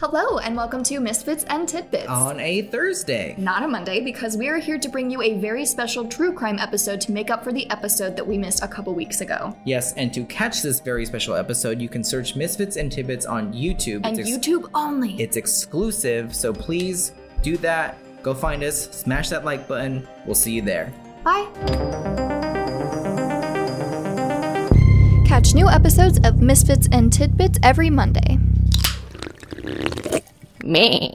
Hello, and welcome to Misfits and Tidbits. on a Thursday. Not a Monday, because we are here to bring you a very special true crime episode to make up for the episode that we missed a couple weeks ago. Yes, and to catch this very special episode, you can search Misfits and Tidbits on YouTube. And it's ex- YouTube only. It's exclusive, so please do that. Go find us, smash that like button. We'll see you there. Bye. Catch new episodes of Misfits and Tidbits every Monday. Me.